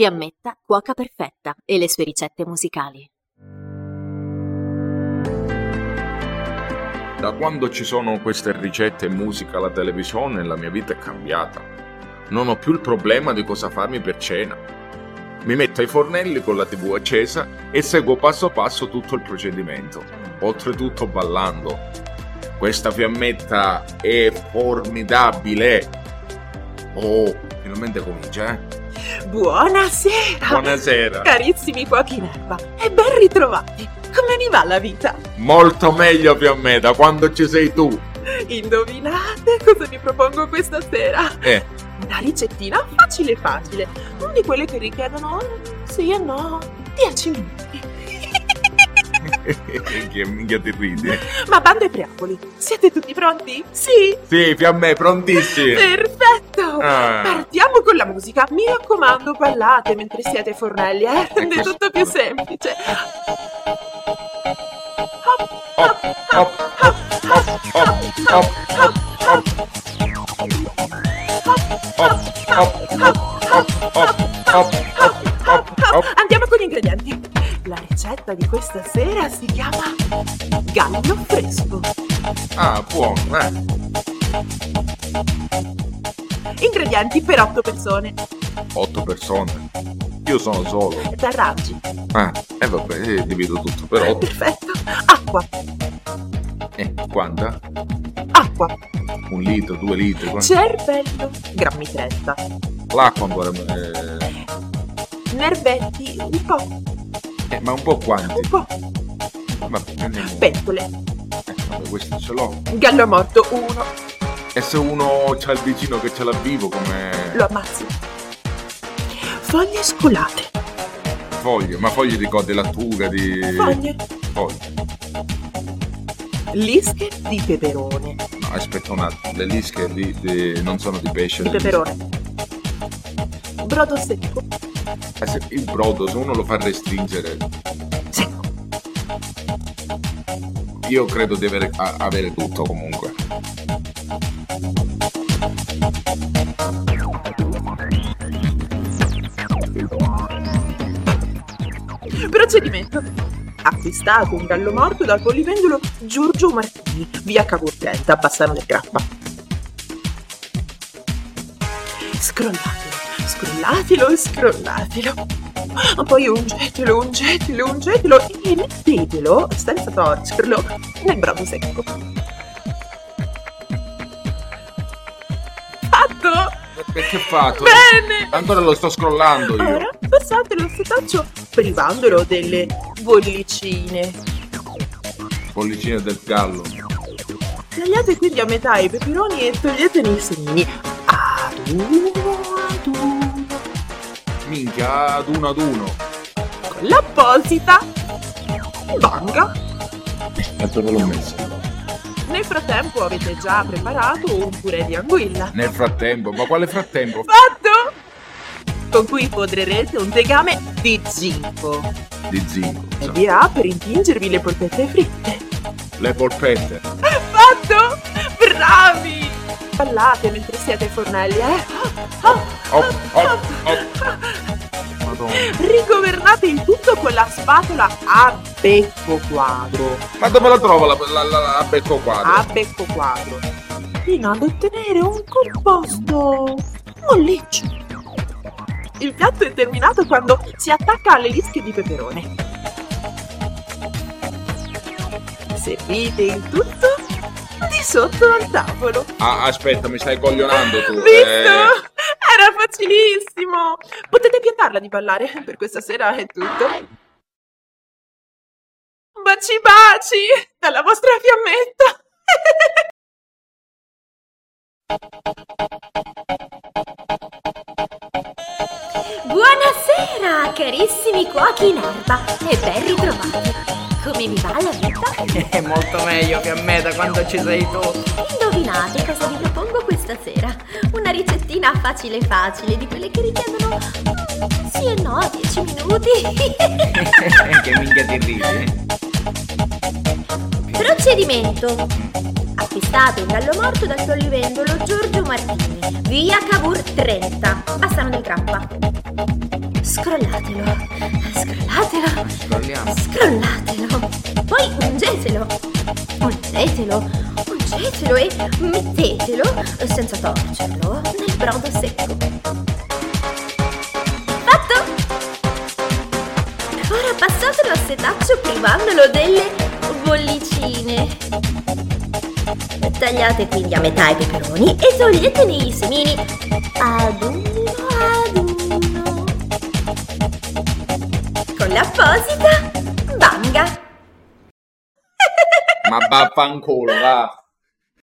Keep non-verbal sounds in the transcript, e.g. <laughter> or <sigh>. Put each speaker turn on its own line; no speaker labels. Fiammetta, cuoca perfetta e le sue ricette musicali.
Da quando ci sono queste ricette e musica alla televisione la mia vita è cambiata. Non ho più il problema di cosa farmi per cena. Mi metto ai fornelli con la tv accesa e seguo passo passo tutto il procedimento, oltretutto ballando. Questa fiammetta è formidabile. Oh, finalmente comincia, eh?
Buonasera! <laughs>
Buonasera.
Carissimi cuochi in erba e ben ritrovati! Come vi va la vita?
Molto meglio fiammetta quando ci sei tu.
Indovinate cosa vi propongo questa sera?
Eh, <laughs>
Una ricettina facile facile, non di quelle che richiedono, eh, sì e no, 10 minuti. <laughs>
che minchia ti ridi.
Ma bando ai preamboli, siete tutti pronti? Sì!
Sì, fiamme, prontissimi.
Perfetto!
Ah.
Partiamo con la musica. Mi raccomando, ballate mentre siete ai fornelli, eh? Rende
questo-
tutto più semplice.
Hop, hop, hop, hop, hop, hop, hop, hop. Hop, hop, hop, hop, hop, hop, hop, hop, hop.
Andiamo con gli ingredienti. La ricetta di questa sera si chiama gallo fresco.
Ah, buono, eh.
Ingredienti per 8 persone.
Otto persone. Io sono solo.
Tarraggi.
Ah, e vabbè, eh, divido tutto per otto.
Perfetto. Acqua,
Eh, quanta?
acqua,
Un litro, due litri. quant-
cervello, grammi 30,
L'acqua ancora. Eh,
nervetti, un po', un
eh, ma un po' quanti?
po',
Ma prendiamo. Eh,
pentole,
vabbè, questo ce l'ho.
gallo morto, uno,
E se uno c'ha il vicino che ce l'ha vivo come.
lo ammazzi. Foglie scolate,
Foglie, ma foglie di code lattuga, di.
foglie,
Foglie.
lische di peperone,
No, aspetta un attimo, le lische di, di- non sono di pesce.
di
le lische.
peperone, brodo secco,
Eh, se- il brodo, se uno lo fa restringere,
secco,
io credo di avere, a- avere tutto comunque.
Procedimento. Acquistate un gallo morto dal polivendolo Giorgio Martini, via Cavottenta, a Bassano del Grappa. Scrollatelo, scrollatelo, scrollatelo. Ah, Poi ungetelo, ungetelo, ungetelo e mettetelo, senza torcerlo, nel brodo secco. Fatto!
Perché fatto?
Bene!
Ancora lo sto scrollando io.
Ora passate lo setaccio privandolo delle bollicine.
Pollicino del gallo.
Tagliate quindi a metà i peperoni e toglietene i semini. Ad uno ad uno.
Minchia, ad uno ad uno.
Con l'apposita banga.
Ancora l'ho messo.
Nel frattempo avete già preparato un purè di anguilla.
Nel frattempo, ma quale frattempo?
Fatto! Con cui podrerete un tegame di zinco.
Di zinco.
E
insomma.
dirà per impingervi le polpette fritte.
Le polpette.
Fatto! Bravi! Ballate mentre siete ai fornelli, eh? Ah,
Hop, hop, hop.
ah.
Madonna.
Rigovernate il tutto con la spatola a becco quadro.
Ma dove la trovo la, la, la, la becco quadro?
A becco quadro. Fino ad ottenere un composto molliccio. Il piatto è terminato quando si attacca alle lische di peperone. Servite il tutto di sotto al tavolo.
Ah, aspetta, mi stai coglionando tu.
Visto?
Eh,
Era facilissimo! Potete piantarla di ballare, <laughs> per questa sera è tutto. Baci baci dalla vostra fiammetta!
Buonasera, carissimi cuochi in erba e ben ritrovati. Come vi va la vita?
È <laughs> molto meglio che a me da quando ci sei tu.
Indovinate cosa vi propongo questa sera? Una ricettina facile facile, di quelle che richiedono mm, sì e no 10 minuti.
<laughs> che minchia ti ridi? eh?
Procedimento. Acquistate un gallo morto dal sollivendolo Giorgio Martini, via Cavour 30, Bassano del Grappa. Scrollatelo. Scrollatelo.
Scrolliamo.
Scrollatelo. Poi ungetelo. Ungetelo. Ungetelo e mettetelo, senza torcerlo, nel brodo secco. Fatto! Ora passatelo al setaccio privandolo delle bollicine. Tagliate quindi a metà i peperoni e toglietene i semini ad uno ad uno. Con l'apposita banga.
Ma vaffanculo, va.